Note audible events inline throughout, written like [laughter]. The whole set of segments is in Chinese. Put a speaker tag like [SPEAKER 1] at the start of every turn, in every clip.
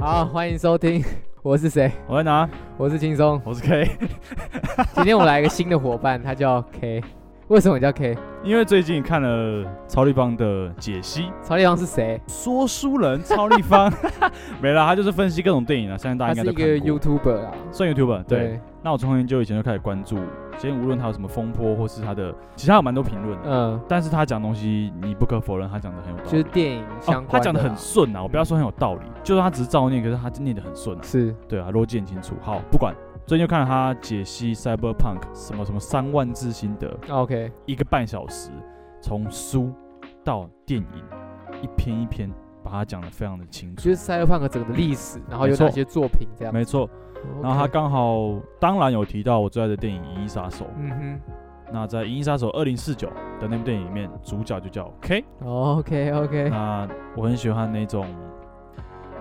[SPEAKER 1] 好，欢迎收听，我是谁？
[SPEAKER 2] 我在哪？
[SPEAKER 1] 我是轻松。
[SPEAKER 2] 我是 K， [laughs]
[SPEAKER 1] 今天我们来一个新的伙伴，他叫 K。为什么叫 K？
[SPEAKER 2] 因为最近看了超立方的解析，
[SPEAKER 1] 曹立方是谁？
[SPEAKER 2] 说书人超立方 [laughs] 没了，他就是分析各种电影啊，相信大家
[SPEAKER 1] 他
[SPEAKER 2] 应该
[SPEAKER 1] 是
[SPEAKER 2] 都
[SPEAKER 1] 一个
[SPEAKER 2] 看过。
[SPEAKER 1] YouTuber 啊。
[SPEAKER 2] 算 YouTuber 对。，那我从很久以前就开始关注，先无论他有什么风波，或是他的，其实他有蛮多评论的。
[SPEAKER 1] 嗯，
[SPEAKER 2] 但是他讲东西，你不可否认，他讲的很有道理。
[SPEAKER 1] 就是电影相
[SPEAKER 2] 哦
[SPEAKER 1] 关、嗯
[SPEAKER 2] 他讲的很顺啊，我不要说很有道理，就是他只是照念，可是他念的很顺啊。
[SPEAKER 1] 是
[SPEAKER 2] 对啊，逻辑很清楚。好，不管，最近就看了他解析 Cyberpunk 什么什么三万字心得，
[SPEAKER 1] OK，
[SPEAKER 2] 一个半小时，从书到电影，一篇一篇把它讲得非常的清楚
[SPEAKER 1] 就是。Cyberpunk 整个历史，然后有
[SPEAKER 2] 没错
[SPEAKER 1] 哪些作品这样。
[SPEAKER 2] 没错，然后他
[SPEAKER 1] OK，
[SPEAKER 2] 刚好当然有提到我最爱的电影《银翼杀手》。
[SPEAKER 1] 嗯
[SPEAKER 2] 那在《银翼杀手二零四九》的那部电影里面，主角就叫 K。
[SPEAKER 1] 哼，OK OK
[SPEAKER 2] 那我很喜欢那种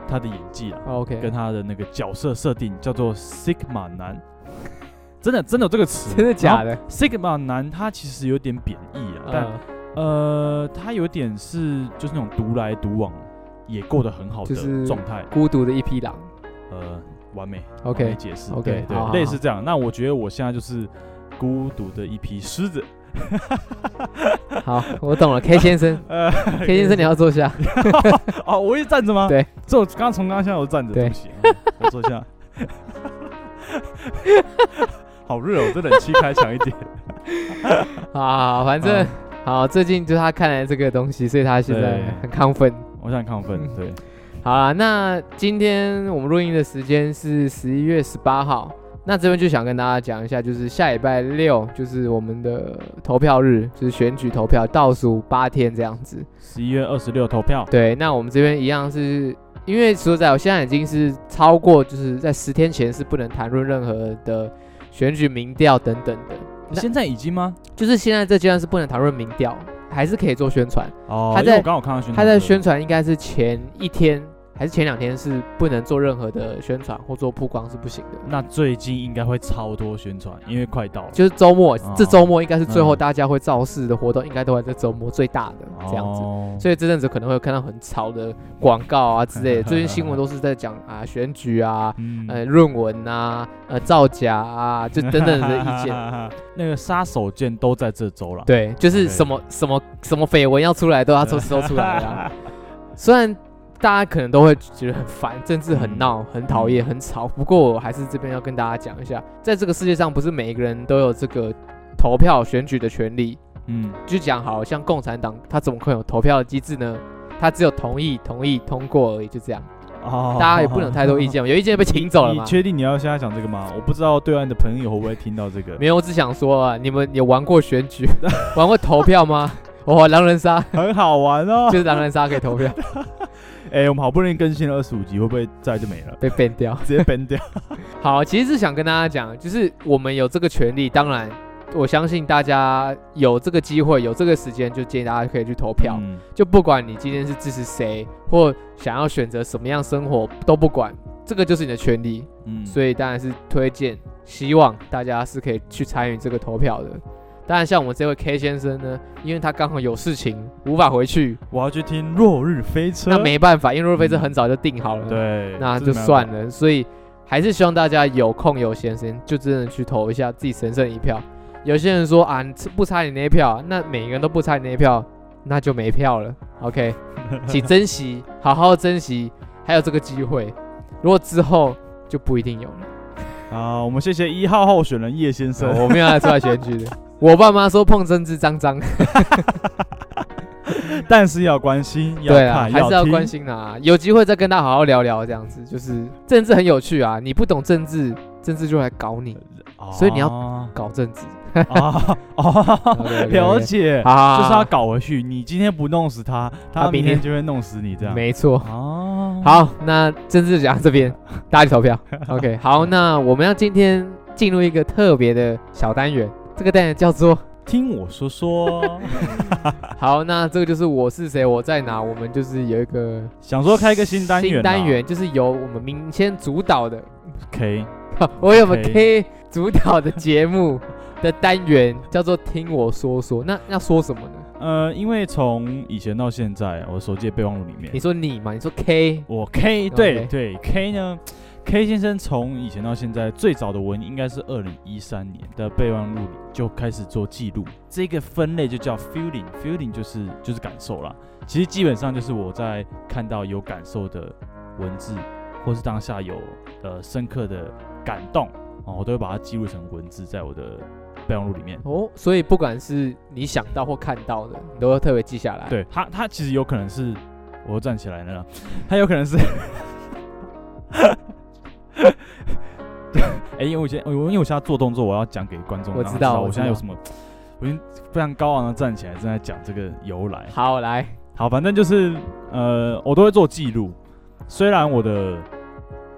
[SPEAKER 2] 他的演技啊，
[SPEAKER 1] 哦 OK，
[SPEAKER 2] 跟他的那个角色设定叫做 Sigma 男，真的真的有这个词？
[SPEAKER 1] 真的假的？
[SPEAKER 2] ？Sigma 男他其实有点贬义啊，但
[SPEAKER 1] 嗯，
[SPEAKER 2] 呃，他有点是就是那种独来独往，也过得很好
[SPEAKER 1] 就
[SPEAKER 2] 的
[SPEAKER 1] 是
[SPEAKER 2] 状态，
[SPEAKER 1] 孤独的一匹狼。
[SPEAKER 2] 呃，完美完美
[SPEAKER 1] OK，
[SPEAKER 2] 解释
[SPEAKER 1] OK，
[SPEAKER 2] 对对
[SPEAKER 1] 好好
[SPEAKER 2] 类似这样。那我觉得我现在就是孤独的一匹狮子，
[SPEAKER 1] 好，我懂了，K 先
[SPEAKER 2] [laughs]
[SPEAKER 1] 生
[SPEAKER 2] 呃，
[SPEAKER 1] ，K 先生你要坐下。
[SPEAKER 2] [laughs] 哦，我也站着吗？
[SPEAKER 1] 对，
[SPEAKER 2] 这我刚刚从刚刚现在我站着，
[SPEAKER 1] 对
[SPEAKER 2] 对不起，嗯我坐下。 [laughs] 好热哦，这冷气开强一点。
[SPEAKER 1] 啊， [laughs] 反正、
[SPEAKER 2] 嗯
[SPEAKER 1] 好，最近就是他看了这个东西，所以他现在
[SPEAKER 2] 对
[SPEAKER 1] 很亢奋。
[SPEAKER 2] 我现在很亢奋，
[SPEAKER 1] 嗯
[SPEAKER 2] 对，
[SPEAKER 1] 好啦，那今天我们录音的时间是十一月十八号。那这边就想跟大家讲一下，就是下礼拜六就是我们的投票日，就是选举投票倒数八天这样子。
[SPEAKER 2] 十一月二十六投票，
[SPEAKER 1] 对，那我们这边一样是，因为说实在，我现在已经是超过，就是在十天前是不能谈论任何的选举民调等等的，那
[SPEAKER 2] 现在已经吗？
[SPEAKER 1] 就是现在这阶段是不能谈论民调，还是可以做宣传。
[SPEAKER 2] 哦，
[SPEAKER 1] 他
[SPEAKER 2] 因为
[SPEAKER 1] 在
[SPEAKER 2] 我刚好看到宣传
[SPEAKER 1] 他在
[SPEAKER 2] 的
[SPEAKER 1] 宣传应该是前一天还是前两天是不能做任何的宣传或做曝光是不行的，
[SPEAKER 2] 那最近应该会超多宣传，因为快到了。
[SPEAKER 1] 就是周末、
[SPEAKER 2] 哦
[SPEAKER 1] 这周末应该是最后
[SPEAKER 2] 嗯
[SPEAKER 1] 大家会造势的活动，应该都会在周末最大的这样子。
[SPEAKER 2] 哦
[SPEAKER 1] 所以这阵子可能会看到很潮的广告啊之
[SPEAKER 2] [laughs]
[SPEAKER 1] 类的，最近新闻都是在讲啊选举啊、
[SPEAKER 2] 嗯
[SPEAKER 1] 呃论文啊、呃造假啊，就等等的意见。
[SPEAKER 2] [laughs] 那个杀手锏都在这周了，
[SPEAKER 1] 对，就是什么什么什么绯闻要出来都要
[SPEAKER 2] 他 [laughs]
[SPEAKER 1] 都搜出来啊。虽然大家可能都会觉得很烦，政治
[SPEAKER 2] 嗯
[SPEAKER 1] 很闹、很讨厌、很吵，不过我还是这边要跟大家讲一下，在这个世界上，不是每一个人都有这个投票选举的权利。
[SPEAKER 2] 嗯，
[SPEAKER 1] 就讲好像共产党，他怎么会有投票的机制呢？他只有同意、同意、通过而已，就这样。
[SPEAKER 2] 哦
[SPEAKER 1] 大家也不能有太多意。
[SPEAKER 2] [laughs]
[SPEAKER 1] 见，有意见被请走了
[SPEAKER 2] 你
[SPEAKER 1] 嘛。
[SPEAKER 2] 确定你要现在讲这个吗？我不知道对岸的朋友会不会听到这个。
[SPEAKER 1] 没有，我只想说啊，你们有玩过选举、 [laughs] 玩过投票吗？ [laughs] 哦，狼人杀
[SPEAKER 2] [laughs] 很好玩哦 [laughs]
[SPEAKER 1] 就。是狼人杀可以投票，
[SPEAKER 2] 哎，我们好不容易更新了二十五集，会不会再就没了？
[SPEAKER 1] 被 ban 掉。
[SPEAKER 2] 直接 ban 掉。
[SPEAKER 1] [laughs]
[SPEAKER 2] [laughs]
[SPEAKER 1] 好，其实是想跟大家讲，就是我们有这个权利，当然我相信大家有这个机会，有这个时间，就建议大家可以去投票。
[SPEAKER 2] 嗯
[SPEAKER 1] 就不管你今天是支持谁，或想要选择什么样生活都不管，这个就是你的权利。
[SPEAKER 2] 嗯
[SPEAKER 1] 所以当然是推荐，希望大家是可以去参与这个投票的。当然，像我们这位 K 先生呢，因为他刚好有事情无法回去，
[SPEAKER 2] 我要去听《落日飞车
[SPEAKER 1] 那》。没办法，因为若飞是很早就定好了。
[SPEAKER 2] 对，
[SPEAKER 1] 那就
[SPEAKER 2] 这没办法
[SPEAKER 1] 算。了。所以还是希望大家有空有闲时间，就真的去投一下自己神圣的一票。有些人说啊，你不差你那一票，啊那每个人都不差你那一票，那就没票了。OK，请
[SPEAKER 2] [laughs]
[SPEAKER 1] 珍惜，好好珍惜，还有这个机会。如果之后就不一定有了。哦
[SPEAKER 2] 啊，我们谢谢一号候选人叶先生。
[SPEAKER 1] 我没有要出来选举的。我爸妈说碰政治脏脏，
[SPEAKER 2] [laughs] 但是要关心，要
[SPEAKER 1] 对啊，
[SPEAKER 2] 看，
[SPEAKER 1] 还是要
[SPEAKER 2] 听
[SPEAKER 1] 关。心啦。有机会再跟他好好聊聊，这样子就是政治很有趣啊。你不懂政治，政治就来搞你，所以你要 [laughs]
[SPEAKER 2] 要
[SPEAKER 1] 搞政
[SPEAKER 2] [laughs]
[SPEAKER 1] 治。
[SPEAKER 2] 啊哦，
[SPEAKER 1] OK，OK，OK
[SPEAKER 2] 了解，
[SPEAKER 1] 好好，好
[SPEAKER 2] [laughs] 就是要搞回去。你今天不弄死他，
[SPEAKER 1] 他
[SPEAKER 2] 他
[SPEAKER 1] 明
[SPEAKER 2] 明
[SPEAKER 1] 天
[SPEAKER 2] 天就会弄死你，这样。
[SPEAKER 1] 没错。
[SPEAKER 2] 哦，，
[SPEAKER 1] 好，那政治讲到这
[SPEAKER 2] [laughs]
[SPEAKER 1] 边，大家去投票。OK，好，那我们要今天进入一个特别的小单元，这个单元叫
[SPEAKER 2] [laughs]
[SPEAKER 1] 做
[SPEAKER 2] 听我说
[SPEAKER 1] [laughs]
[SPEAKER 2] 说，
[SPEAKER 1] 好，那这个就是我是谁，我在哪，我们就是有一个
[SPEAKER 2] 想说开一个新单元啊，
[SPEAKER 1] 新单元就是由我们民先主导
[SPEAKER 2] [laughs]
[SPEAKER 1] 的， [laughs]
[SPEAKER 2] ，OK，
[SPEAKER 1] 我有我们
[SPEAKER 2] OK
[SPEAKER 1] K 主导的节目的单元叫做听我说说，那要说什么呢？
[SPEAKER 2] 呃，因为从以前到现在，我手机的备忘录里面
[SPEAKER 1] 你，说你嘛，你说 K，
[SPEAKER 2] 我 K 对
[SPEAKER 1] OK
[SPEAKER 2] 对 K 呢，K 先生从以前到现在最早的文应该是二零一三年的备忘录里就开始做记录，这个分类就叫 feeling，feeling 就是就是感受啦。其实基本上就是我在看到有感受的文字，或是当下有呃深刻的感动哦，我都会把它记录成文字在我的备忘录里面。
[SPEAKER 1] 哦，所以不管是你想到或看到的，你都会特别记下来。，
[SPEAKER 2] 对他，他其实有可能是我又站起来了啦，他有可能是，哎、因为我现在，我因为我现在做动作，我要讲给观众，
[SPEAKER 1] 我
[SPEAKER 2] 让
[SPEAKER 1] 知
[SPEAKER 2] 他
[SPEAKER 1] 道我
[SPEAKER 2] 我
[SPEAKER 1] 知
[SPEAKER 2] 现在有
[SPEAKER 1] 道
[SPEAKER 2] 什么，我已经非常高昂的站起来，正在讲这个由来。
[SPEAKER 1] 好，来，
[SPEAKER 2] 好，反正就是呃，我都会做记录，虽然我的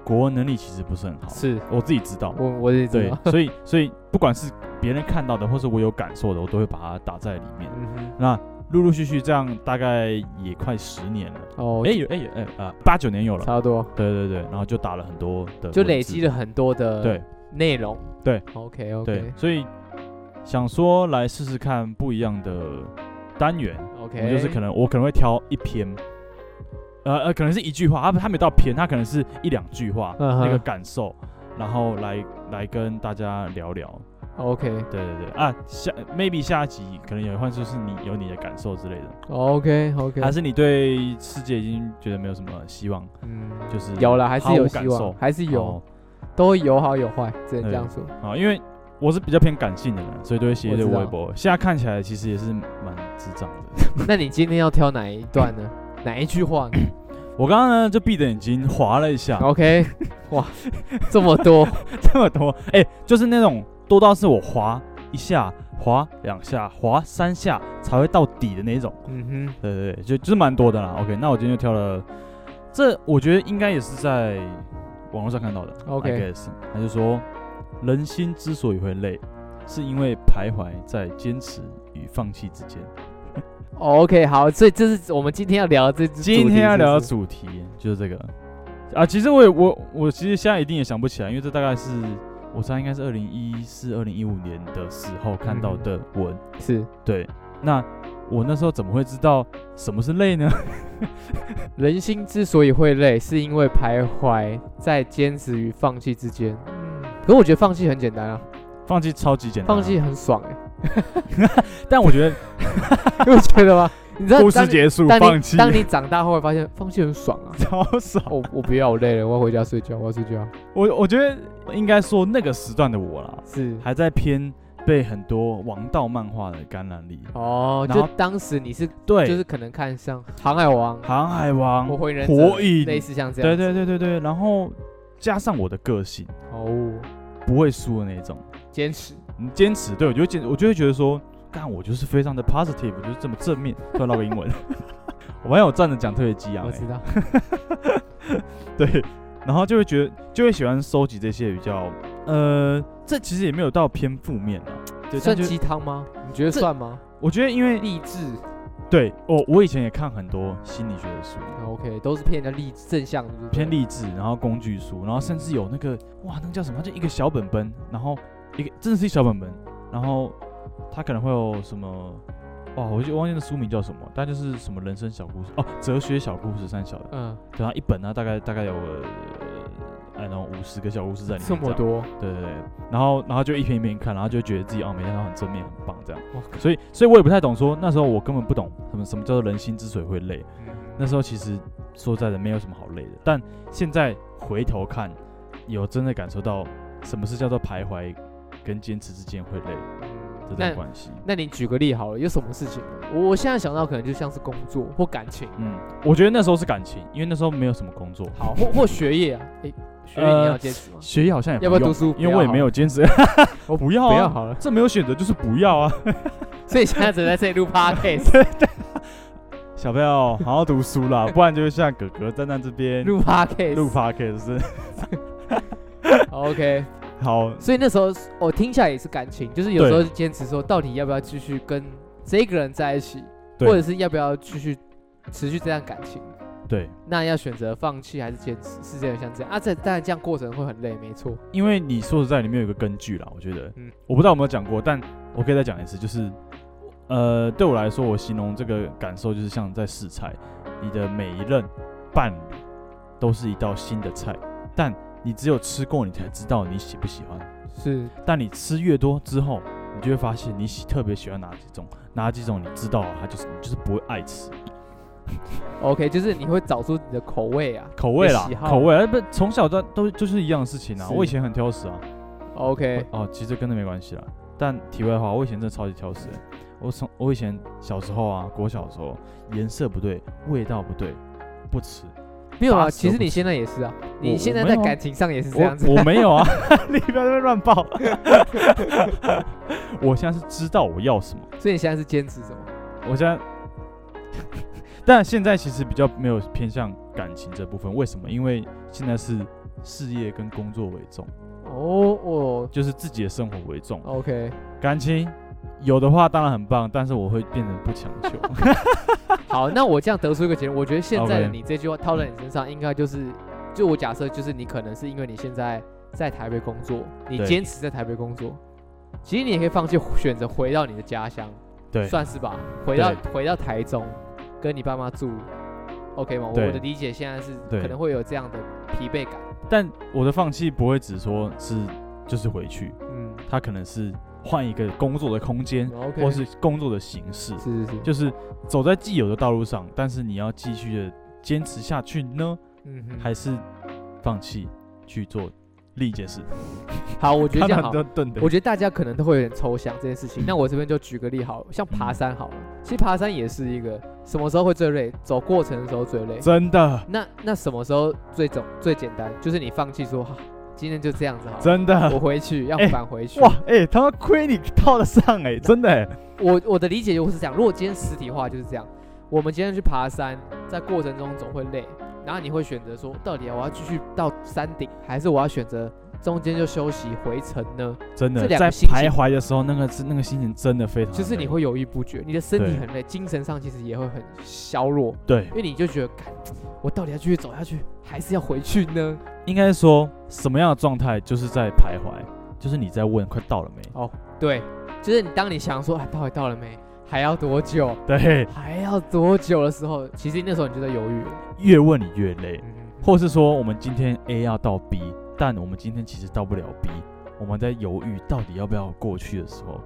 [SPEAKER 2] 国文能力其实不是很好，
[SPEAKER 1] 是
[SPEAKER 2] 我自己知道，
[SPEAKER 1] 我我也知
[SPEAKER 2] 对
[SPEAKER 1] 道，，
[SPEAKER 2] 所以所以不管是别人看到的，或是我有感受的，我都会把它打在里面。
[SPEAKER 1] 嗯哼，
[SPEAKER 2] 那陆陆续续这样，大概也快十年了。
[SPEAKER 1] 哦，
[SPEAKER 2] 哎、有哎有哎啊，八九年有了。
[SPEAKER 1] 差不多，
[SPEAKER 2] 对对对，然后就打了很多的，
[SPEAKER 1] 就累积
[SPEAKER 2] 了。
[SPEAKER 1] 了很多的
[SPEAKER 2] 对
[SPEAKER 1] 内容。
[SPEAKER 2] 对
[SPEAKER 1] ，OK
[SPEAKER 2] 对
[SPEAKER 1] OK，
[SPEAKER 2] 所以想说来试试看不一样的单元，我
[SPEAKER 1] OK，
[SPEAKER 2] 们就是可能我可能会挑一篇，呃呃，可能是一句话，它它没有到篇，它可能是一两句话、
[SPEAKER 1] 嗯哼
[SPEAKER 2] 那个感受，然后来来跟大家聊聊。
[SPEAKER 1] OK
[SPEAKER 2] 对对对啊，下 maybe 下集可能也换说是你有你的感受之类的。
[SPEAKER 1] OK
[SPEAKER 2] 还
[SPEAKER 1] OK，
[SPEAKER 2] 是你对世界已经觉得没有什么希望，
[SPEAKER 1] 嗯，
[SPEAKER 2] 就是
[SPEAKER 1] 有了，还是
[SPEAKER 2] 毫无
[SPEAKER 1] 有
[SPEAKER 2] 感
[SPEAKER 1] 希
[SPEAKER 2] 受
[SPEAKER 1] 望，还是有
[SPEAKER 2] 哦，
[SPEAKER 1] 都会有好有坏，只能
[SPEAKER 2] 对
[SPEAKER 1] 这样说。
[SPEAKER 2] 啊、因为我是比较偏感性的人，所以都会写一堆
[SPEAKER 1] 我知道
[SPEAKER 2] 微博。现在看起来其实也是蛮智障的。 [laughs]
[SPEAKER 1] 那你今天要挑哪一段呢？哪一句话呢
[SPEAKER 2] 我刚刚呢就闭着眼睛划了一下， [laughs]
[SPEAKER 1] ？OK，哇，这么多，
[SPEAKER 2] 这么多，哎、就是那种多到是我划一下、划两下、划三下才会到底的那种。
[SPEAKER 1] 嗯哼，
[SPEAKER 2] 对对对，就就是蛮多的啦。OK，那我今天就挑了，这我觉得应该也是在网络上看到的。
[SPEAKER 1] OK
[SPEAKER 2] I guess，他就说，人心之所以会累，是因为徘徊在坚持与放弃之间。
[SPEAKER 1] OK，好，所以这是我们今天要聊的这
[SPEAKER 2] 今天要聊的
[SPEAKER 1] 主
[SPEAKER 2] 主题就是这个啊，其实我也我我其实现在一定也想不起来，因为这大概是我猜应该是二零一四、二零一五年的时候看到的文。
[SPEAKER 1] 题是不是
[SPEAKER 2] 对，那我那时候怎么会知道什么是累呢？ [laughs]
[SPEAKER 1] 是人心之所以会累，是因为徘徊在坚持与放弃之间。
[SPEAKER 2] 嗯
[SPEAKER 1] 可我觉得放弃很简单啊，
[SPEAKER 2] 放弃超级简单啊、
[SPEAKER 1] 放弃很爽哎、欸， [laughs]
[SPEAKER 2] 但我觉得
[SPEAKER 1] 你不觉得吗？你知道
[SPEAKER 2] 故事
[SPEAKER 1] 当你
[SPEAKER 2] 结束，
[SPEAKER 1] 当
[SPEAKER 2] 放
[SPEAKER 1] 你
[SPEAKER 2] 弃，！
[SPEAKER 1] 当你长大后，会发现放弃很爽啊
[SPEAKER 2] [laughs] 超爽。
[SPEAKER 1] 我我不要，我累了，我要回家睡觉，我要睡觉。
[SPEAKER 2] 我我觉得应该说那个时段的我啦，
[SPEAKER 1] 是
[SPEAKER 2] 还在偏被很多王道漫画的感染力。
[SPEAKER 1] 哦，
[SPEAKER 2] 然后
[SPEAKER 1] 就当时你是
[SPEAKER 2] 对，
[SPEAKER 1] 就是可能看像《航海王》
[SPEAKER 2] 《航海王》
[SPEAKER 1] 我
[SPEAKER 2] 《
[SPEAKER 1] 火影忍者
[SPEAKER 2] 火影》
[SPEAKER 1] 类似像这
[SPEAKER 2] 对
[SPEAKER 1] 样，
[SPEAKER 2] 对对对对，然后加上我的个性
[SPEAKER 1] 哦，
[SPEAKER 2] 不会输的那种，
[SPEAKER 1] 坚持
[SPEAKER 2] 你坚持，对我就会坚，我就会觉得说，干我就是非常的 positive，我就是这么正面。 [laughs] 突然唠个英文，我发现我站着讲特别激昂、
[SPEAKER 1] 我
[SPEAKER 2] 欸
[SPEAKER 1] 知，道，
[SPEAKER 2] 对，然后就会觉得就会喜欢收集这些比较，呃，这其实也没有到偏负面啊，对，但
[SPEAKER 1] 算
[SPEAKER 2] 就
[SPEAKER 1] 鸡汤吗？你觉得
[SPEAKER 2] 这
[SPEAKER 1] 算吗？
[SPEAKER 2] 我觉得因为
[SPEAKER 1] 励志
[SPEAKER 2] 对我我以前也看很多心理学的书，
[SPEAKER 1] 哦，OK，都是偏人家励正向的，对不对
[SPEAKER 2] 偏，励志，然后工具书，然后甚至有那个哇，那个叫什么？它就一个小本本，然后一个真的是一小本本，然后它可能会有什么哇，我就忘记那书名叫什么，但就是什么人生小故事哦，哲学小故事三小的，
[SPEAKER 1] 嗯，
[SPEAKER 2] 对，它一本呢啊大概大概有呃，然后五十个小故事在里面，
[SPEAKER 1] 这么，多，
[SPEAKER 2] 对对对，然后然后就一篇一篇看，然后就觉得自己哦，每天都很正面，很棒这样，
[SPEAKER 1] 哇
[SPEAKER 2] 所以所以我也不太懂说那时候我根本不懂什么什么叫做人心之所以会累，那时候其实说实在的没有什么好累的，但现在回头看，有真的感受到什么是叫做徘徊跟坚持之间会累这段
[SPEAKER 1] 那
[SPEAKER 2] 关系。
[SPEAKER 1] 那你举个例好了，有什么事情？我我现在想到可能就像是工作或感情，
[SPEAKER 2] 嗯，我觉得那时候是感情，因为那时候没有什么工作，
[SPEAKER 1] 好，或或学业啊，诶，学业你
[SPEAKER 2] 呃
[SPEAKER 1] 要坚持吗？
[SPEAKER 2] 学业好像也
[SPEAKER 1] 要不要
[SPEAKER 2] 不用
[SPEAKER 1] 读书？
[SPEAKER 2] 因为我也没有
[SPEAKER 1] [laughs]
[SPEAKER 2] 坚持，
[SPEAKER 1] 我
[SPEAKER 2] 不要
[SPEAKER 1] 不要
[SPEAKER 2] 啊，
[SPEAKER 1] 好了，
[SPEAKER 2] 这没有选择就是不要啊。
[SPEAKER 1] 所以现在只在这里
[SPEAKER 2] [laughs]
[SPEAKER 1] 录 podcast，
[SPEAKER 2] 小朋友好好读书啦，不然就会像哥哥站在这边
[SPEAKER 1] 录 podcast，
[SPEAKER 2] 录 podcast 是
[SPEAKER 1] [laughs] OK。
[SPEAKER 2] 好。
[SPEAKER 1] 所以那时候我、听下来也是感情，就是有
[SPEAKER 2] 对
[SPEAKER 1] 时候坚持说，到底要不要继续跟这个人在一起，或
[SPEAKER 2] 对
[SPEAKER 1] 者是要不要继续持续这段感情？
[SPEAKER 2] 对，
[SPEAKER 1] 那要选择放弃还是坚持？是这样像这样啊？这当然这样过程会很累，没错。
[SPEAKER 2] 因为你说实在，里面有一个根据啦，我觉得，
[SPEAKER 1] 嗯
[SPEAKER 2] 我不知道有没有讲过，但我可以再讲一次，就是呃，对我来说，我形容这个感受就是像在试菜，你的每一任伴侣都是一道新的菜，但你只有吃过，你才知道你喜不喜欢。
[SPEAKER 1] 是
[SPEAKER 2] 但你吃越多之后，你就会发现你喜特别喜欢哪几种，哪几种你知道它就是你就是不会爱吃，
[SPEAKER 1] OK，就是你会找出你的口味啊。
[SPEAKER 2] 口味啦
[SPEAKER 1] 喜，好
[SPEAKER 2] 口味啊，不从小到都就是一样的事情啊。
[SPEAKER 1] 是
[SPEAKER 2] 我以前很挑食啊，
[SPEAKER 1] OK，
[SPEAKER 2] 哦，其实这跟这没关系啦。但题外话，我以前真的超级挑食的。我从我以前小时候啊，国小的时候，颜色不对，味道不对，不吃。
[SPEAKER 1] 没有
[SPEAKER 2] 打
[SPEAKER 1] 啊，
[SPEAKER 2] 死
[SPEAKER 1] 其
[SPEAKER 2] 都
[SPEAKER 1] 实
[SPEAKER 2] 不
[SPEAKER 1] 你现在也是啊，
[SPEAKER 2] 我
[SPEAKER 1] 你
[SPEAKER 2] 我
[SPEAKER 1] 现在
[SPEAKER 2] 没
[SPEAKER 1] 在
[SPEAKER 2] 有啊
[SPEAKER 1] 感情上也是这样子。
[SPEAKER 2] 我我没
[SPEAKER 1] [laughs]
[SPEAKER 2] 有啊， [laughs] 你不要在那边乱报。 [laughs] 我现在是知道我要什么，
[SPEAKER 1] 所以你现在是坚持什么？
[SPEAKER 2] 我现在，但现在其实比较没有偏向感情这部分。为什么？因为现在是事业跟工作为重，
[SPEAKER 1] 哦哦
[SPEAKER 2] 就是自己的生活为重。
[SPEAKER 1] ，OK，
[SPEAKER 2] 感情有的话当然很棒，但是我会变得不强
[SPEAKER 1] [laughs]
[SPEAKER 2] 求。
[SPEAKER 1] [laughs] 好，那我这样得出一个结论，我觉得现在的
[SPEAKER 2] OK
[SPEAKER 1] 你这句话套在你身上，应该就是，就我假设就是你可能是因为你现在在台北工作，你
[SPEAKER 2] 对
[SPEAKER 1] 坚持在台北工作，其实你也可以放弃选择回到你的家乡，
[SPEAKER 2] 对，
[SPEAKER 1] 算是吧，回到
[SPEAKER 2] 对
[SPEAKER 1] 回到台中，跟你爸妈住，OK 吗？我
[SPEAKER 2] 对
[SPEAKER 1] 我的理解现在是
[SPEAKER 2] 对
[SPEAKER 1] 可能会有这样的疲惫感，
[SPEAKER 2] 但我的放弃不会只说是就是回去，
[SPEAKER 1] 嗯
[SPEAKER 2] 它可能是换一个工作的空间，
[SPEAKER 1] ，OK，
[SPEAKER 2] 嗯或是工作的形式，
[SPEAKER 1] 是是是，
[SPEAKER 2] 就是走在既有的道路上，但是你要继续的坚持下去呢，
[SPEAKER 1] 嗯哼，
[SPEAKER 2] 还是放弃去做另一件事？
[SPEAKER 1] 好，我觉
[SPEAKER 2] [laughs]
[SPEAKER 1] 得这样好。
[SPEAKER 2] 顿顿的
[SPEAKER 1] 我觉得大家可能都会有点抽象这件事
[SPEAKER 2] 嗯
[SPEAKER 1] 情。那我这边就举个例好了，像爬山好了，其实爬山也是一个什么时候会最累，走过程的时候最累。
[SPEAKER 2] 真的
[SPEAKER 1] 那那什么时候最总最简单？就是你放弃说，哈、今天就这样子好了，
[SPEAKER 2] 真的
[SPEAKER 1] 我回去要
[SPEAKER 2] 哎
[SPEAKER 1] 返回去。
[SPEAKER 2] 哇，哎、他妈亏你套得上哎、真的哎、
[SPEAKER 1] 我我的理解就是这样。如果今天实体化就是这样，我们今天去爬山，在过程中总会累，然后你会选择说，到底我要继续到山顶，还是我要选择中间就休息回程呢？
[SPEAKER 2] 真
[SPEAKER 1] 这
[SPEAKER 2] 的
[SPEAKER 1] 两
[SPEAKER 2] 在
[SPEAKER 1] 个心情
[SPEAKER 2] 徘徊的时候，那个是那个心情真的非常的
[SPEAKER 1] 就是你
[SPEAKER 2] 累
[SPEAKER 1] 会犹豫不决，你的身体
[SPEAKER 2] 啊对
[SPEAKER 1] 很累，精神上其实也会很削弱，
[SPEAKER 2] 对
[SPEAKER 1] 因为你就觉得，干我到底要继续走下去，还是要回去呢？
[SPEAKER 2] 应该说什么样的状态就是在徘徊，就是你在问快到了没？
[SPEAKER 1] 哦，对，就是你当你想说，哎，到底到了没？还要多久？
[SPEAKER 2] 对，
[SPEAKER 1] 还要多久的时候，其实那时候你就在犹豫了。
[SPEAKER 2] 越问你越累，
[SPEAKER 1] 嗯，
[SPEAKER 2] 或是说我们今天 A 要到 B，但我们今天其实到不了 B，我们在犹豫到底要不要过去的时候，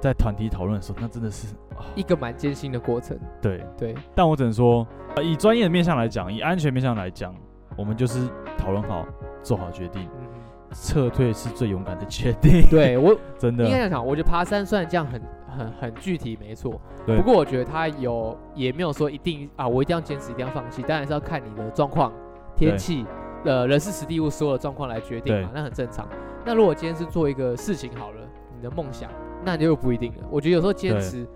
[SPEAKER 2] 在团体讨论的时候，那真的是啊，
[SPEAKER 1] 一个蛮艰辛的过程。
[SPEAKER 2] 对。
[SPEAKER 1] 对，
[SPEAKER 2] 但我只能说，呃以专业的面向来讲，以安全面向来讲，我们就是讨论好，做好决定，
[SPEAKER 1] 嗯，
[SPEAKER 2] 撤退是最勇敢的决定。，
[SPEAKER 1] 对我
[SPEAKER 2] [laughs] 真
[SPEAKER 1] 应该
[SPEAKER 2] 的，
[SPEAKER 1] 讲讲，我觉得爬山虽然这样很很很具体，没错。
[SPEAKER 2] 对
[SPEAKER 1] 不过我觉得它有也没有说一定啊，我一定要坚持，一定要放弃，当然是要看你的状况、天
[SPEAKER 2] 对
[SPEAKER 1] 气、呃人事、实地物所有的状况来决定嘛
[SPEAKER 2] 对，
[SPEAKER 1] 那很正常。那如果今天是做一个事情好了，你的梦想，那就又不一定了。我觉得有时候坚
[SPEAKER 2] 对
[SPEAKER 1] 持，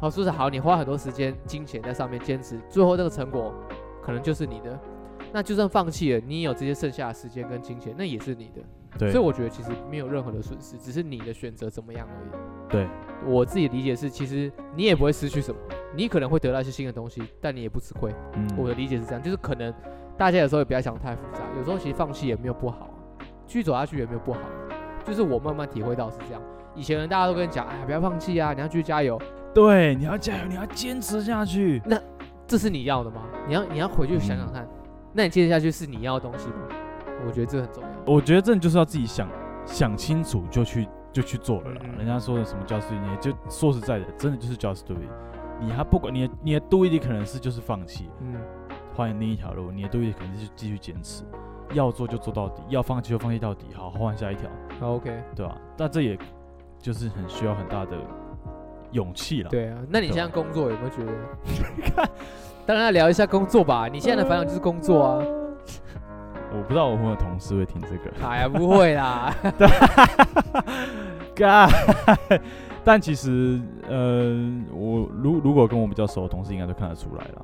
[SPEAKER 1] 好说是好，你花很多时间、金钱在上面坚持，最后那个成果可能就是你的。那就算放弃了，你也有这些剩下的时间跟金钱，那也是你的。
[SPEAKER 2] 对
[SPEAKER 1] 所以，我觉得其实没有任何的损失，只是你的选择怎么样而已。
[SPEAKER 2] 对，
[SPEAKER 1] 我自己理解是，其实你也不会失去什么，你可能会得到一些新的东西，但你也不吃亏。
[SPEAKER 2] 嗯
[SPEAKER 1] 我的理解是这样，就是可能大家有时候也不要想太复杂，有时候其实放弃也没有不好啊，继续走下去也没有不好啊，就是我慢慢体会到是这样。以前人大家都跟你讲，哎，不要放弃啊，你要继续加油，
[SPEAKER 2] 对，你要加油，你要坚持下去。
[SPEAKER 1] 这是你要的吗？你要你要回去
[SPEAKER 2] 嗯
[SPEAKER 1] 想想看，那你接着下去是你要的东西吗？我觉得这很重要。
[SPEAKER 2] 我觉得这就是要自己想想清楚就去就去做了啦。
[SPEAKER 1] 嗯
[SPEAKER 2] 人家说的什么 just do it，你就说实在的，真的就是 just do it。你还不管你的你的 do it 可能是就是放弃，
[SPEAKER 1] 嗯，
[SPEAKER 2] 换另一条路；你的 do it 可能是继续坚持，要做就做到底，要放弃就放弃到底，好换下一条，
[SPEAKER 1] 好，OK。
[SPEAKER 2] 对吧、那这也就是很需要很大的勇气了。，
[SPEAKER 1] 对啊，那你
[SPEAKER 2] 对
[SPEAKER 1] 现
[SPEAKER 2] 啊
[SPEAKER 1] 在工作有没有觉得？ [laughs] 当然要聊一下工作吧。你现在的烦恼就是工作啊。
[SPEAKER 2] 我不知道我会不会有同事会听这个。
[SPEAKER 1] 哎呀，不会啦。 [laughs]
[SPEAKER 2] God，但其实呃，我如如果跟我比较熟的同事应该都看得出来啦，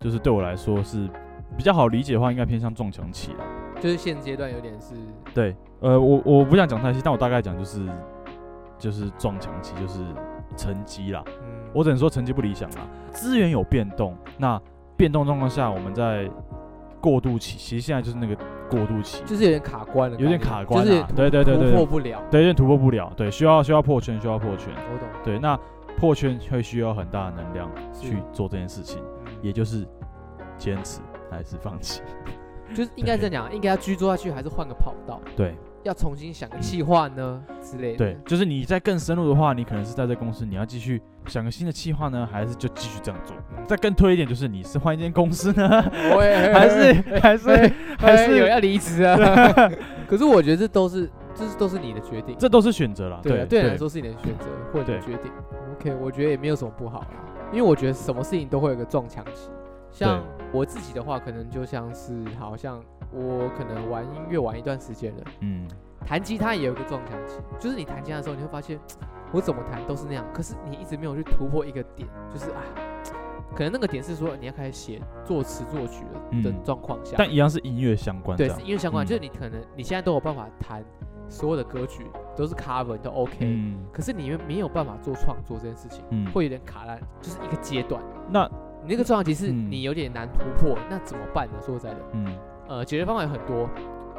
[SPEAKER 2] 就是对我来说是比较好理解的话，应该偏向撞墙期啦。啊
[SPEAKER 1] 就是现阶段有点是，
[SPEAKER 2] 对，呃，我我不想讲太细，但我大概讲就是就是撞墙期，就是成绩啦。
[SPEAKER 1] 嗯，
[SPEAKER 2] 我只能说成绩不理想啦，资源有变动，那变动状况下，我们在过渡期，其实现在就是那个过渡期，
[SPEAKER 1] 就是有点卡关了，
[SPEAKER 2] 有点卡关啦啊
[SPEAKER 1] 就是
[SPEAKER 2] 对对对对
[SPEAKER 1] 突破
[SPEAKER 2] 对
[SPEAKER 1] 不了。
[SPEAKER 2] 对，有点突破不了，对，需要需要破圈，需要破圈。
[SPEAKER 1] 我懂，
[SPEAKER 2] 对，那破圈会需要很大的能量
[SPEAKER 1] 是嗯
[SPEAKER 2] 去做这件事情，也就是坚持还是
[SPEAKER 1] [laughs]
[SPEAKER 2] 放弃。
[SPEAKER 1] 就是应该这样讲，啊应该要居住下去，还是换个跑道，
[SPEAKER 2] 对
[SPEAKER 1] 要重新想个计划呢之类的。
[SPEAKER 2] 对，就是你在更深入的话，你可能是待在公司，你要继续想个新的计划呢，还是就继续这样做？
[SPEAKER 1] 嗯
[SPEAKER 2] 再更推一点，就是你是换一间公司呢，
[SPEAKER 1] 喂，
[SPEAKER 2] 还是还
[SPEAKER 1] 哎
[SPEAKER 2] 是还
[SPEAKER 1] 哎有
[SPEAKER 2] 是？
[SPEAKER 1] 要离职
[SPEAKER 2] [laughs]
[SPEAKER 1] 啊？可是我觉得这都是这都是你的决定，
[SPEAKER 2] 这都是选择啦。
[SPEAKER 1] 对啊，对
[SPEAKER 2] 对
[SPEAKER 1] 你来说是你的选择或者
[SPEAKER 2] 对
[SPEAKER 1] 决定。OK，我觉得也没有什么不好啦，因为我觉得什么事情都会有个撞墙期。像我自己的话，可能就像是好像我可能玩音乐玩一段时间了，
[SPEAKER 2] 嗯，
[SPEAKER 1] 弹吉他也有一个撞墙期，就是你弹吉他的时候，你会发现我怎么弹都是那样，可是你一直没有去突破一个点，就是啊，可能那个点是说你要开始写作词作曲了的
[SPEAKER 2] 嗯
[SPEAKER 1] 状况下，
[SPEAKER 2] 但一样是音乐相关这
[SPEAKER 1] 对
[SPEAKER 2] 样
[SPEAKER 1] 是。音乐相关，
[SPEAKER 2] 嗯
[SPEAKER 1] 就是你可能你现在都有办法弹所有的歌曲都是 cover 你都 OK，、
[SPEAKER 2] 嗯
[SPEAKER 1] 可是你们没有办法做创作这件事情，
[SPEAKER 2] 嗯，
[SPEAKER 1] 会有点卡烂，就是一个阶段。
[SPEAKER 2] 那
[SPEAKER 1] 你那个撞墙期是
[SPEAKER 2] 嗯
[SPEAKER 1] 你有点难突破，那怎么办呢？说实在的，
[SPEAKER 2] 嗯
[SPEAKER 1] 呃，解决方法有很多，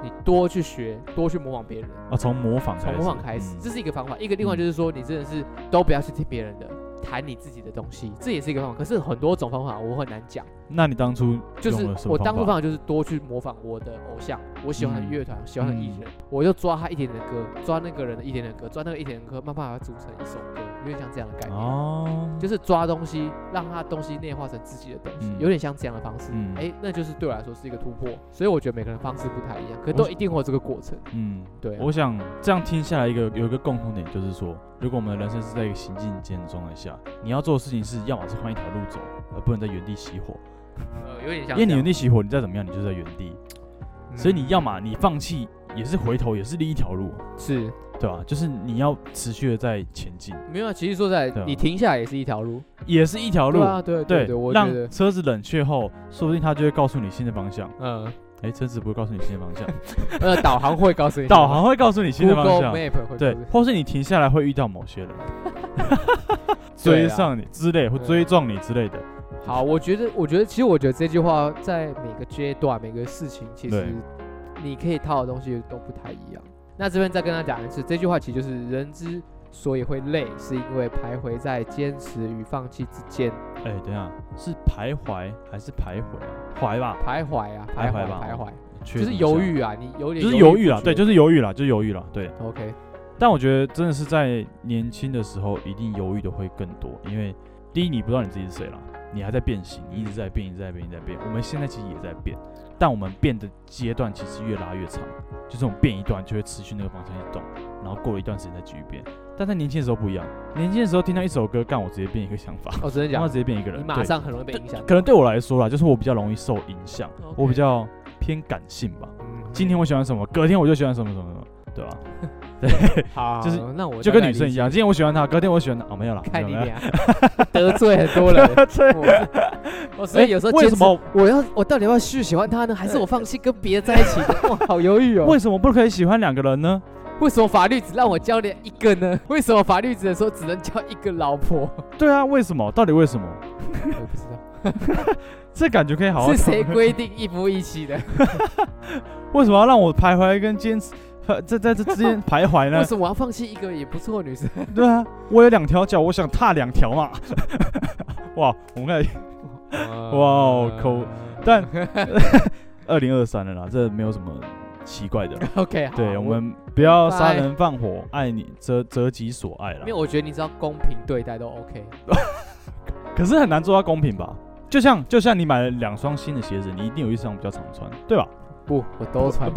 [SPEAKER 1] 你多去学，多去模仿别人。
[SPEAKER 2] 啊，从模仿
[SPEAKER 1] 从模仿开始，
[SPEAKER 2] 嗯
[SPEAKER 1] 这是一个方法。一个另外就是说，你真的是都不要去听别人的，谈你自己的东西，这也是一个方法。可是很多种方法我很难讲，
[SPEAKER 2] 那你当初
[SPEAKER 1] 就是
[SPEAKER 2] 用了什么
[SPEAKER 1] 我当初
[SPEAKER 2] 法
[SPEAKER 1] 方法就是多去模仿我的偶像，我喜欢的
[SPEAKER 2] 嗯
[SPEAKER 1] 乐团，喜欢的艺人，我就抓他一点的歌，抓那个人的一点的歌，抓那个一点的歌，慢慢把它组成一首歌，有点像这样的概念。
[SPEAKER 2] 哦，
[SPEAKER 1] 就是抓东西，让他东西内化成自己的东西，
[SPEAKER 2] 嗯
[SPEAKER 1] 有点像这样的方式。
[SPEAKER 2] 嗯
[SPEAKER 1] 哎、那就是对我来说是一个突破，所以我觉得每个人方式不太一样，可
[SPEAKER 2] 我
[SPEAKER 1] 都
[SPEAKER 2] 是
[SPEAKER 1] 一定会有这个过程。
[SPEAKER 2] 嗯，
[SPEAKER 1] 对啊
[SPEAKER 2] 我想这样听下来，一个有一个共同点就是说，如果我们的人生是在一个行进间的状态下，你要做的事情是，要么是换一条路走，而不能在原地熄火。
[SPEAKER 1] 呃，有点像
[SPEAKER 2] 因为你
[SPEAKER 1] 这
[SPEAKER 2] 原
[SPEAKER 1] 样嗯
[SPEAKER 2] 地熄火，你再怎么样，你就是在原地，所以你要么你放弃，也是回头，也是另一条路，
[SPEAKER 1] 是
[SPEAKER 2] 对吧、就是你要持续的在前进，
[SPEAKER 1] 没有啊，其实说实在
[SPEAKER 2] 对，啊
[SPEAKER 1] 你停下来也是一条路。
[SPEAKER 2] 也是一条路。
[SPEAKER 1] 对啊，对对对，我觉得
[SPEAKER 2] 让，车子冷却后，说不定它就会告诉你新的方向。 [laughs]
[SPEAKER 1] 嗯，
[SPEAKER 2] 哎，车子不会告诉你新的
[SPEAKER 1] [laughs]
[SPEAKER 2] 方向，
[SPEAKER 1] 呃，导航会告诉你，
[SPEAKER 2] 导航会告诉你新的方
[SPEAKER 1] Google
[SPEAKER 2] 向。
[SPEAKER 1] Map 会
[SPEAKER 2] 对
[SPEAKER 1] 告诉，你
[SPEAKER 2] 或是你停下来会遇到
[SPEAKER 1] [laughs]
[SPEAKER 2] 某些人，追
[SPEAKER 1] 啊
[SPEAKER 2] 上你之类，或
[SPEAKER 1] 对
[SPEAKER 2] 追撞你之类的。
[SPEAKER 1] 好，我觉得，我觉得，其实我觉得这句话在每个阶段、每个事情，其实
[SPEAKER 2] 对
[SPEAKER 1] 你可以套的东西都不太一样。那这边再跟大家讲一次，这句话其实就是人之所以会累，是因为徘徊在坚持与放弃之间，
[SPEAKER 2] 哎，等一下，是徘徊还是徘徊啊？徘吧，
[SPEAKER 1] 徘徊啊，
[SPEAKER 2] 徘
[SPEAKER 1] 徘
[SPEAKER 2] 徊吧
[SPEAKER 1] 徘徊，
[SPEAKER 2] 确
[SPEAKER 1] 就是
[SPEAKER 2] 定一下
[SPEAKER 1] 犹，豫啊，你有点
[SPEAKER 2] 就是犹豫啦，
[SPEAKER 1] 不
[SPEAKER 2] 对，
[SPEAKER 1] 决
[SPEAKER 2] 就是犹豫啦，就是犹豫啦，对。
[SPEAKER 1] OK，
[SPEAKER 2] 但我觉得真的是在年轻的时候，一定犹豫的会更多，因为第一，你不知道你自己是谁啦，你还在变形，你一直在变，一直在变，一直在变。我们现在其实也在变，但我们变的阶段其实越拉越长，就这种变一段就会持续那个方向去动，然后过了一段时间再继续变。但在年轻的时候不一样，年轻的时候听到一首歌，干我直接变一个想法，
[SPEAKER 1] 我只能
[SPEAKER 2] 然
[SPEAKER 1] 讲
[SPEAKER 2] 后，直接变一个人，
[SPEAKER 1] 你
[SPEAKER 2] 对
[SPEAKER 1] 马上很容易被影响。
[SPEAKER 2] 可能对我来说啦，就是我比较容易受影响
[SPEAKER 1] OK
[SPEAKER 2] 我比较偏感性吧。
[SPEAKER 1] 嗯
[SPEAKER 2] 今天我喜欢什么，隔天我就喜欢什么什么什么，对吧、
[SPEAKER 1] 好，
[SPEAKER 2] 就是
[SPEAKER 1] 那我
[SPEAKER 2] 就
[SPEAKER 1] 大
[SPEAKER 2] 跟
[SPEAKER 1] 概
[SPEAKER 2] 女生
[SPEAKER 1] 理
[SPEAKER 2] 一
[SPEAKER 1] 解
[SPEAKER 2] 样，今天我喜欢她，隔天我喜欢她，哦没有啦，
[SPEAKER 1] 看你
[SPEAKER 2] 没有没有
[SPEAKER 1] 俩 [laughs] 得罪很多
[SPEAKER 2] [laughs]
[SPEAKER 1] 人，我我所以有时候
[SPEAKER 2] 为
[SPEAKER 1] 坚
[SPEAKER 2] 什
[SPEAKER 1] 持
[SPEAKER 2] 么
[SPEAKER 1] 我要我到底要不要继续喜欢他呢？还是我放弃跟别人在一起呢？ [laughs] 哇，好犹豫哦。
[SPEAKER 2] 为什么不可以喜欢两个人呢？
[SPEAKER 1] 为什么法律只让我交了一个呢？ [laughs] 为什么法律只能说只能交一个老婆？
[SPEAKER 2] 对啊，为什么？到底为什么？
[SPEAKER 1] 我也不知道
[SPEAKER 2] 这感觉可以好
[SPEAKER 1] [laughs]
[SPEAKER 2] 好
[SPEAKER 1] 是谁
[SPEAKER 2] 讨论
[SPEAKER 1] 规定一夫一妻 [laughs] 的？
[SPEAKER 2] 为什么要让我徘徊跟坚持呃在在这之间徘徊
[SPEAKER 1] [laughs]
[SPEAKER 2] 呢
[SPEAKER 1] 为？什么我要放弃一个也不错的女 [laughs] 生？
[SPEAKER 2] 对啊，我有两条脚，我想踏两条嘛。 [laughs] 哇，我们看哇哦口但二零二三了啦，这没有什么奇怪的。
[SPEAKER 1] [laughs] OK，好
[SPEAKER 2] 对，我们不要杀
[SPEAKER 1] 拜
[SPEAKER 2] 人放火，爱你择择己所爱啦
[SPEAKER 1] 因为。我觉得你只要公平对待都 OK。
[SPEAKER 2] 可是很难做到公平吧？就像就像你买了两双新的鞋子，你一定有一双比较常穿，对吧？ [laughs]
[SPEAKER 1] 不，我都穿，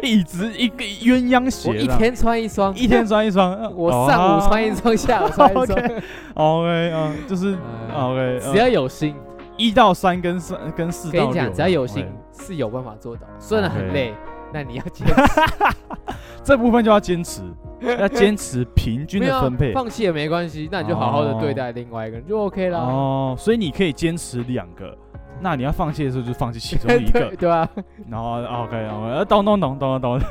[SPEAKER 2] 一直一个鸳鸯鞋
[SPEAKER 1] 我
[SPEAKER 2] 啦，
[SPEAKER 1] 一天穿一双，
[SPEAKER 2] [laughs] 一天穿一双，呃
[SPEAKER 1] [laughs] 我上午穿哦一双，下午穿 [laughs] 一双。
[SPEAKER 2] OK 哦 OK 嗯，就是
[SPEAKER 1] 哎
[SPEAKER 2] OK，啊
[SPEAKER 1] 只要有心，
[SPEAKER 2] 一到三跟三跟四
[SPEAKER 1] 跟
[SPEAKER 2] 到
[SPEAKER 1] 你
[SPEAKER 2] 六，
[SPEAKER 1] 讲，只要有
[SPEAKER 2] OK
[SPEAKER 1] 心是有办法做到，虽然很
[SPEAKER 2] OK
[SPEAKER 1] 累，那你要坚
[SPEAKER 2] 这部分就要坚持， [laughs] 要坚持平均
[SPEAKER 1] 没有
[SPEAKER 2] 的
[SPEAKER 1] 啊
[SPEAKER 2] 分配。
[SPEAKER 1] 放弃也没关系，那你就好好的对待另外一个人就 OK 啦。
[SPEAKER 2] 哦，所以你可以坚持两个，那你要放弃的时候就放弃其中一个
[SPEAKER 1] [laughs] 对，啊对吧？
[SPEAKER 2] 然后啊 OK OK，懂懂懂懂 [laughs] 懂懂，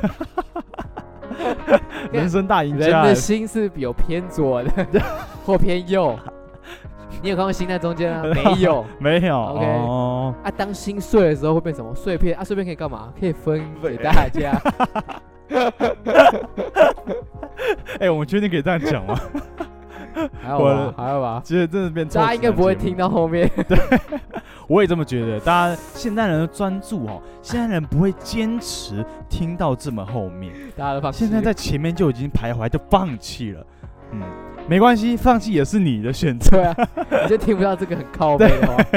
[SPEAKER 2] 人生大赢
[SPEAKER 1] 人
[SPEAKER 2] 家
[SPEAKER 1] 的，心是有偏左的
[SPEAKER 2] [laughs]
[SPEAKER 1] 或偏右，你有看过心在中间啊？没有
[SPEAKER 2] 没有
[SPEAKER 1] OK
[SPEAKER 2] 哦，
[SPEAKER 1] 啊。当心碎的时候会变什么？碎片啊，碎片可以干嘛？可以分给大家。
[SPEAKER 2] [laughs]
[SPEAKER 1] [laughs]
[SPEAKER 2] 哎，我们确定可以这样讲吗？
[SPEAKER 1] 还好
[SPEAKER 2] 我
[SPEAKER 1] 吧
[SPEAKER 2] 的，
[SPEAKER 1] 还好吧。
[SPEAKER 2] 其实真的变臭。
[SPEAKER 1] 大家应该不会听到，后面，
[SPEAKER 2] 我也这么觉得。大家现代人的专注哦，现代人不会坚持听到这么后面，
[SPEAKER 1] 大家都放弃。
[SPEAKER 2] 现在在前面就已经徘徊，就放弃了。嗯，没关系，放弃也是你的选
[SPEAKER 1] [laughs]
[SPEAKER 2] 择。
[SPEAKER 1] 对啊，你就听不到这个很靠背的话。
[SPEAKER 2] [laughs]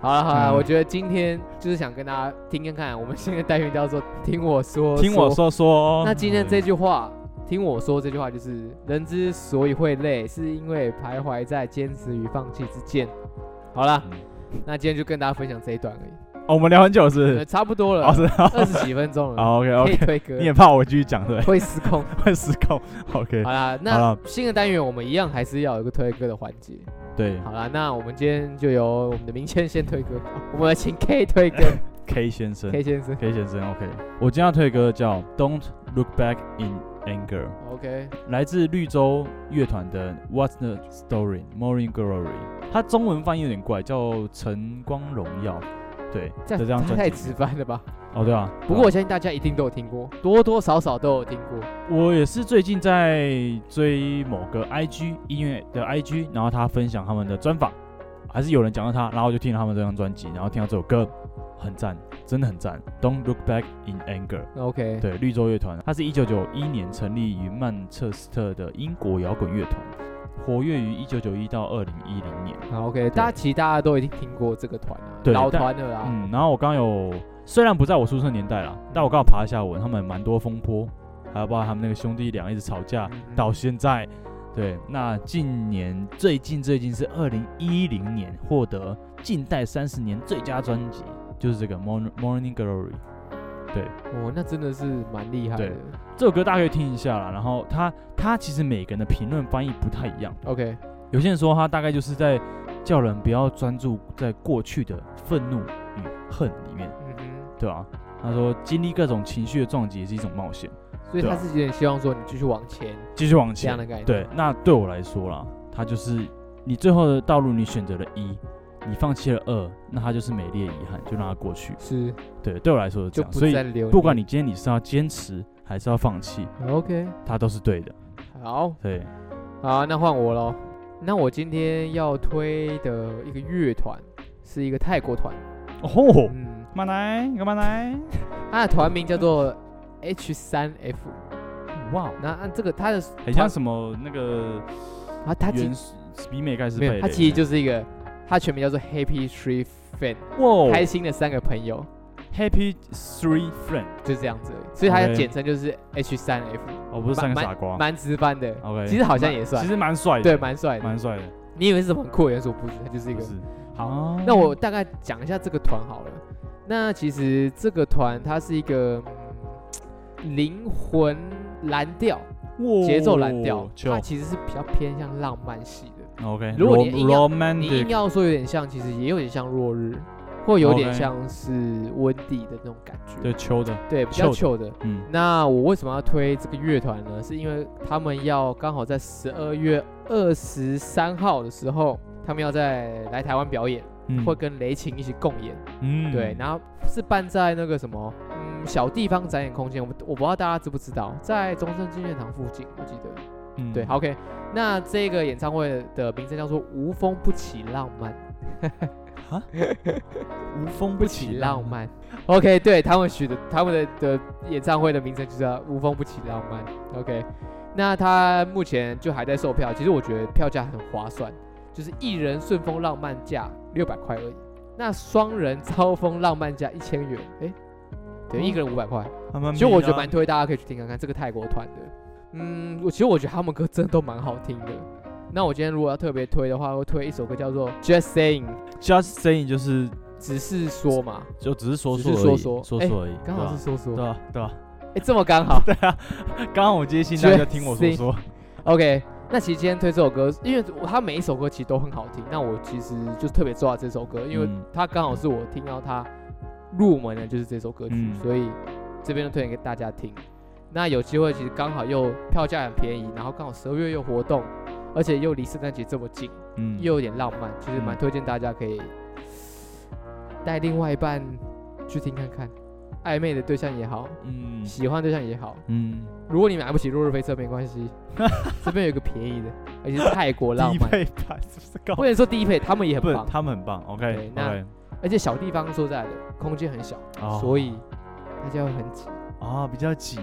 [SPEAKER 1] 好了好了，
[SPEAKER 2] 嗯
[SPEAKER 1] 我觉得今天就是想跟大家听看看，我们现在单元叫做“听我说”，
[SPEAKER 2] 听我。说哦嗯说。
[SPEAKER 1] 那今天这句话，“听我说”这句话就是：人之所以会累，是因为徘徊在坚持与放弃之间。好了，
[SPEAKER 2] 嗯
[SPEAKER 1] 那今天就跟大家分享这一段而已，
[SPEAKER 2] 哦，我们聊很久是不
[SPEAKER 1] 呃
[SPEAKER 2] 是？
[SPEAKER 1] 差不多了
[SPEAKER 2] 哦，，
[SPEAKER 1] [laughs]
[SPEAKER 2] 是啊。
[SPEAKER 1] 二十几分钟了，
[SPEAKER 2] 好，OK
[SPEAKER 1] 可以
[SPEAKER 2] OK。
[SPEAKER 1] 推歌
[SPEAKER 2] 你，也怕我继续讲对不
[SPEAKER 1] 会失
[SPEAKER 2] [laughs]
[SPEAKER 1] 控。
[SPEAKER 2] 对？会失控。OK，
[SPEAKER 1] 好啦，
[SPEAKER 2] 好
[SPEAKER 1] 那
[SPEAKER 2] 啦
[SPEAKER 1] 新的单元我们一样还是要有一个推歌的环节。
[SPEAKER 2] 对
[SPEAKER 1] 好啦，那我们今天就由我们的明谦先推
[SPEAKER 2] [laughs]
[SPEAKER 1] 歌，我们请 K 推歌
[SPEAKER 2] ，K 先生
[SPEAKER 1] ，K 先生。
[SPEAKER 2] ，K 先生，OK。我今天要推的歌叫《Don't Look Back in Anger》。
[SPEAKER 1] OK，
[SPEAKER 2] 来自绿洲乐团的《What's the Story》Morning Glory，它中文翻译有点怪，叫《晨光荣耀》。对，
[SPEAKER 1] 这
[SPEAKER 2] 的这
[SPEAKER 1] 样太
[SPEAKER 2] 张专
[SPEAKER 1] 太
[SPEAKER 2] 辑
[SPEAKER 1] 直。白了吧？
[SPEAKER 2] 哦，对啊。
[SPEAKER 1] 不过我相信大家一定都有听过，多多少少都有听过。
[SPEAKER 2] 我也是最近在追某个 IG 音乐的 IG，然后他分享他们的专访，还是有人讲到他，然后我就听了他们这张专辑，然后听到这首歌，很赞，真的很赞。Don't look back in anger。
[SPEAKER 1] OK，
[SPEAKER 2] 对，绿洲乐团，它是一九九一年成立于曼彻斯特的英国摇滚乐团，活跃于一九九一到二零一零年。
[SPEAKER 1] 好 OK，大家其实大家都已经听过这个团了，啊
[SPEAKER 2] 对
[SPEAKER 1] 老
[SPEAKER 2] 但
[SPEAKER 1] 团了啦。
[SPEAKER 2] 嗯，然后我刚刚有，虽然不在我出生年代啦，但我刚好爬一下文，他们蛮多风波，还有包括他们那个兄弟俩一直吵架
[SPEAKER 1] 嗯
[SPEAKER 2] 到现在。对，那近年最近最近是二零一零年获得近代三十年最佳专辑，就是这个《Morning Morning Glory》。
[SPEAKER 1] 哦，那真的是蛮厉害的
[SPEAKER 2] 对。这首歌大家可以听一下啦，然后它它其实每个人的评论翻译不太一样，
[SPEAKER 1] OK，
[SPEAKER 2] 有些人说他大概就是在叫人不要专注在过去的愤怒与恨里面，
[SPEAKER 1] 嗯哼，
[SPEAKER 2] 对吧、他说经历各种情绪的撞击也是一种冒险，
[SPEAKER 1] 所以
[SPEAKER 2] 对
[SPEAKER 1] 他
[SPEAKER 2] 啊
[SPEAKER 1] 是有点希望说你继续往前
[SPEAKER 2] 继续往
[SPEAKER 1] 这样
[SPEAKER 2] 前
[SPEAKER 1] 的。概念。
[SPEAKER 2] 对，那对我来说啦，它就是你最后的道路，你选择了一，你放弃了二，那它就是美丽的遗憾，就让它过去。
[SPEAKER 1] 是
[SPEAKER 2] 对，对我来说是
[SPEAKER 1] 就
[SPEAKER 2] 这样，
[SPEAKER 1] 不
[SPEAKER 2] 所
[SPEAKER 1] 再
[SPEAKER 2] 以
[SPEAKER 1] 留。
[SPEAKER 2] 不管你今天你是要坚持还是要放弃，
[SPEAKER 1] OK，
[SPEAKER 2] 它都是对的。
[SPEAKER 1] 好，
[SPEAKER 2] 对，
[SPEAKER 1] 好，那换我喽。那我今天要推的一个乐团是一个泰国团，
[SPEAKER 2] 哦吼，
[SPEAKER 1] 嗯，
[SPEAKER 2] 马来，干嘛来？
[SPEAKER 1] 它的团名叫做 H 三 F。
[SPEAKER 2] 哇，
[SPEAKER 1] 那按这个它的
[SPEAKER 2] 很像什么那个
[SPEAKER 1] 啊，它其
[SPEAKER 2] 原
[SPEAKER 1] 实
[SPEAKER 2] 比美盖是
[SPEAKER 1] 没
[SPEAKER 2] 贝
[SPEAKER 1] 有，
[SPEAKER 2] 雷，
[SPEAKER 1] 它其实就是一个，它全名叫做 Happy Three Fan，、
[SPEAKER 2] 哇
[SPEAKER 1] 开心的三个朋友，
[SPEAKER 2] Happy Three Friend，
[SPEAKER 1] 就是这样子而已。所以它的
[SPEAKER 2] OK
[SPEAKER 1] 简称就是 H 三 F，
[SPEAKER 2] 哦，不是三个
[SPEAKER 1] 蛮
[SPEAKER 2] 傻瓜
[SPEAKER 1] 蛮直翻的。
[SPEAKER 2] ，OK，
[SPEAKER 1] 其实好像也算
[SPEAKER 2] 其实蛮帅的，
[SPEAKER 1] 对，蛮帅的。
[SPEAKER 2] 蛮帅的，
[SPEAKER 1] 你以为是什么很酷的元素？不是，它就是一
[SPEAKER 2] 不
[SPEAKER 1] 个
[SPEAKER 2] 是？好，
[SPEAKER 1] 那我大概讲一下这个团好了。那其实这个团它是一个、嗯、灵魂蓝调、
[SPEAKER 2] 哇
[SPEAKER 1] 节奏蓝调，
[SPEAKER 2] 哦就
[SPEAKER 1] 它其实是比较偏向浪漫系的。
[SPEAKER 2] OK，
[SPEAKER 1] 如果你硬要你硬
[SPEAKER 2] romantic，
[SPEAKER 1] 要说有点像，其实也有点像落日，或有点
[SPEAKER 2] 哦 OK
[SPEAKER 1] 像是温蒂的那种感觉。
[SPEAKER 2] 对秋的，
[SPEAKER 1] 对，比较
[SPEAKER 2] chill
[SPEAKER 1] 旧的。
[SPEAKER 2] 嗯，
[SPEAKER 1] 那我为什么要推这个乐团呢？是因为他们要刚好在十二月二十三号的时候，他们要在来台湾表演，
[SPEAKER 2] 嗯
[SPEAKER 1] 会跟雷琴一起共演。
[SPEAKER 2] 嗯
[SPEAKER 1] 对，然后是办在那个什么，嗯，小地方展演空间，我不我不知道大家知不知道，在中正纪念堂附近，我记得。
[SPEAKER 2] 嗯
[SPEAKER 1] 对好，OK，那这个演唱会的名称叫做《无风不起浪漫》， [laughs]
[SPEAKER 2] 无风
[SPEAKER 1] 不起浪，漫。OK，对他们取的他们的的演唱会的名称就叫《无风不起浪漫》。OK，那他目前就还在售票，其实我觉得票价很划算，就是一人顺风浪漫价六百块而已，那双人超风浪漫价一千元，诶，对，
[SPEAKER 2] 哦
[SPEAKER 1] 一个人五百块。
[SPEAKER 2] 慢慢
[SPEAKER 1] 其实我觉得
[SPEAKER 2] 慢
[SPEAKER 1] 蛮推大家可以去听看看这个泰国团的。嗯，我其实我觉得他们歌真的都蛮好听的。那我今天如果要特别推的话，会推一首歌叫做《Just Saying》，
[SPEAKER 2] just saying 就是
[SPEAKER 1] 只是说嘛，
[SPEAKER 2] 就只是说
[SPEAKER 1] 只
[SPEAKER 2] 说
[SPEAKER 1] 是
[SPEAKER 2] 而
[SPEAKER 1] 说
[SPEAKER 2] 已
[SPEAKER 1] 说
[SPEAKER 2] 说
[SPEAKER 1] 哎
[SPEAKER 2] 说而已，
[SPEAKER 1] 刚好是说说，
[SPEAKER 2] 对啊对啊，
[SPEAKER 1] [laughs] 哎、这么刚好。
[SPEAKER 2] 对啊， [laughs] 刚刚我接信大家
[SPEAKER 1] Just
[SPEAKER 2] 听我说
[SPEAKER 1] saying
[SPEAKER 2] 说，
[SPEAKER 1] OK，那其实今天推这首歌，因为我它每一首歌其实都很好听，那我其实就特别抓这首歌，因为
[SPEAKER 2] 嗯
[SPEAKER 1] 它刚好是我听到它入门的就是这首歌曲，
[SPEAKER 2] 嗯
[SPEAKER 1] 所以这边就推荐给大家听。那有机会其实刚好又票价很便宜，然后刚好十二月又活动，而且又离圣诞节这么近，
[SPEAKER 2] 嗯
[SPEAKER 1] 又有点浪漫，就是蛮
[SPEAKER 2] 嗯
[SPEAKER 1] 推荐大家可以带另外一半去听看看，暧昧的对象也好，
[SPEAKER 2] 嗯
[SPEAKER 1] 喜欢对象也好，
[SPEAKER 2] 嗯。 [laughs]
[SPEAKER 1] 如果你买不起落日飞车没关系，这边有一个便宜的，而且是泰国浪
[SPEAKER 2] 低
[SPEAKER 1] 漫。
[SPEAKER 2] 配版是不是高
[SPEAKER 1] 不？能说低配，他们也
[SPEAKER 2] 不
[SPEAKER 1] 很，棒，
[SPEAKER 2] 他们很棒。OK
[SPEAKER 1] 对那
[SPEAKER 2] OK，
[SPEAKER 1] 而且小地方说实在的，空间很小，
[SPEAKER 2] 哦
[SPEAKER 1] 所以大家会很挤，
[SPEAKER 2] 啊比较挤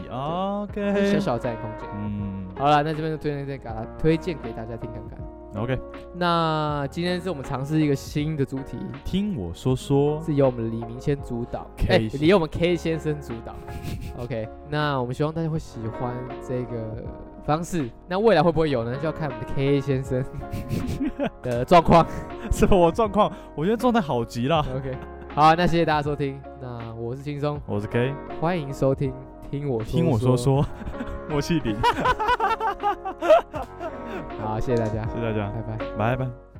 [SPEAKER 1] 就是小
[SPEAKER 2] ，OK，
[SPEAKER 1] 小占空间。
[SPEAKER 2] 嗯
[SPEAKER 1] 好了，那这边就推荐给大家，推荐给大家听看看。
[SPEAKER 2] ，OK，
[SPEAKER 1] 那今天是我们尝试一个新的主题，
[SPEAKER 2] 听我说说，
[SPEAKER 1] 是由我们李明先主
[SPEAKER 2] [laughs]
[SPEAKER 1] 导，
[SPEAKER 2] K
[SPEAKER 1] 哎，
[SPEAKER 2] 先
[SPEAKER 1] 由、我们 K 先生主
[SPEAKER 2] [laughs]
[SPEAKER 1] 导。OK，那我们希望大家会喜欢这个方式。那未来会不会有呢？就要看我们的 K 先生的状况。
[SPEAKER 2] 是我状况，我觉得状态好极了。
[SPEAKER 1] OK，好，那谢谢大家收听。那我是轻松，
[SPEAKER 2] 我是 K，
[SPEAKER 1] 欢迎收听，听我说
[SPEAKER 2] 听我说。 [laughs] 说，
[SPEAKER 1] [laughs]
[SPEAKER 2] 默契零，
[SPEAKER 1] 好，谢谢大家，
[SPEAKER 2] 谢谢大家，
[SPEAKER 1] 拜拜。
[SPEAKER 2] 拜拜。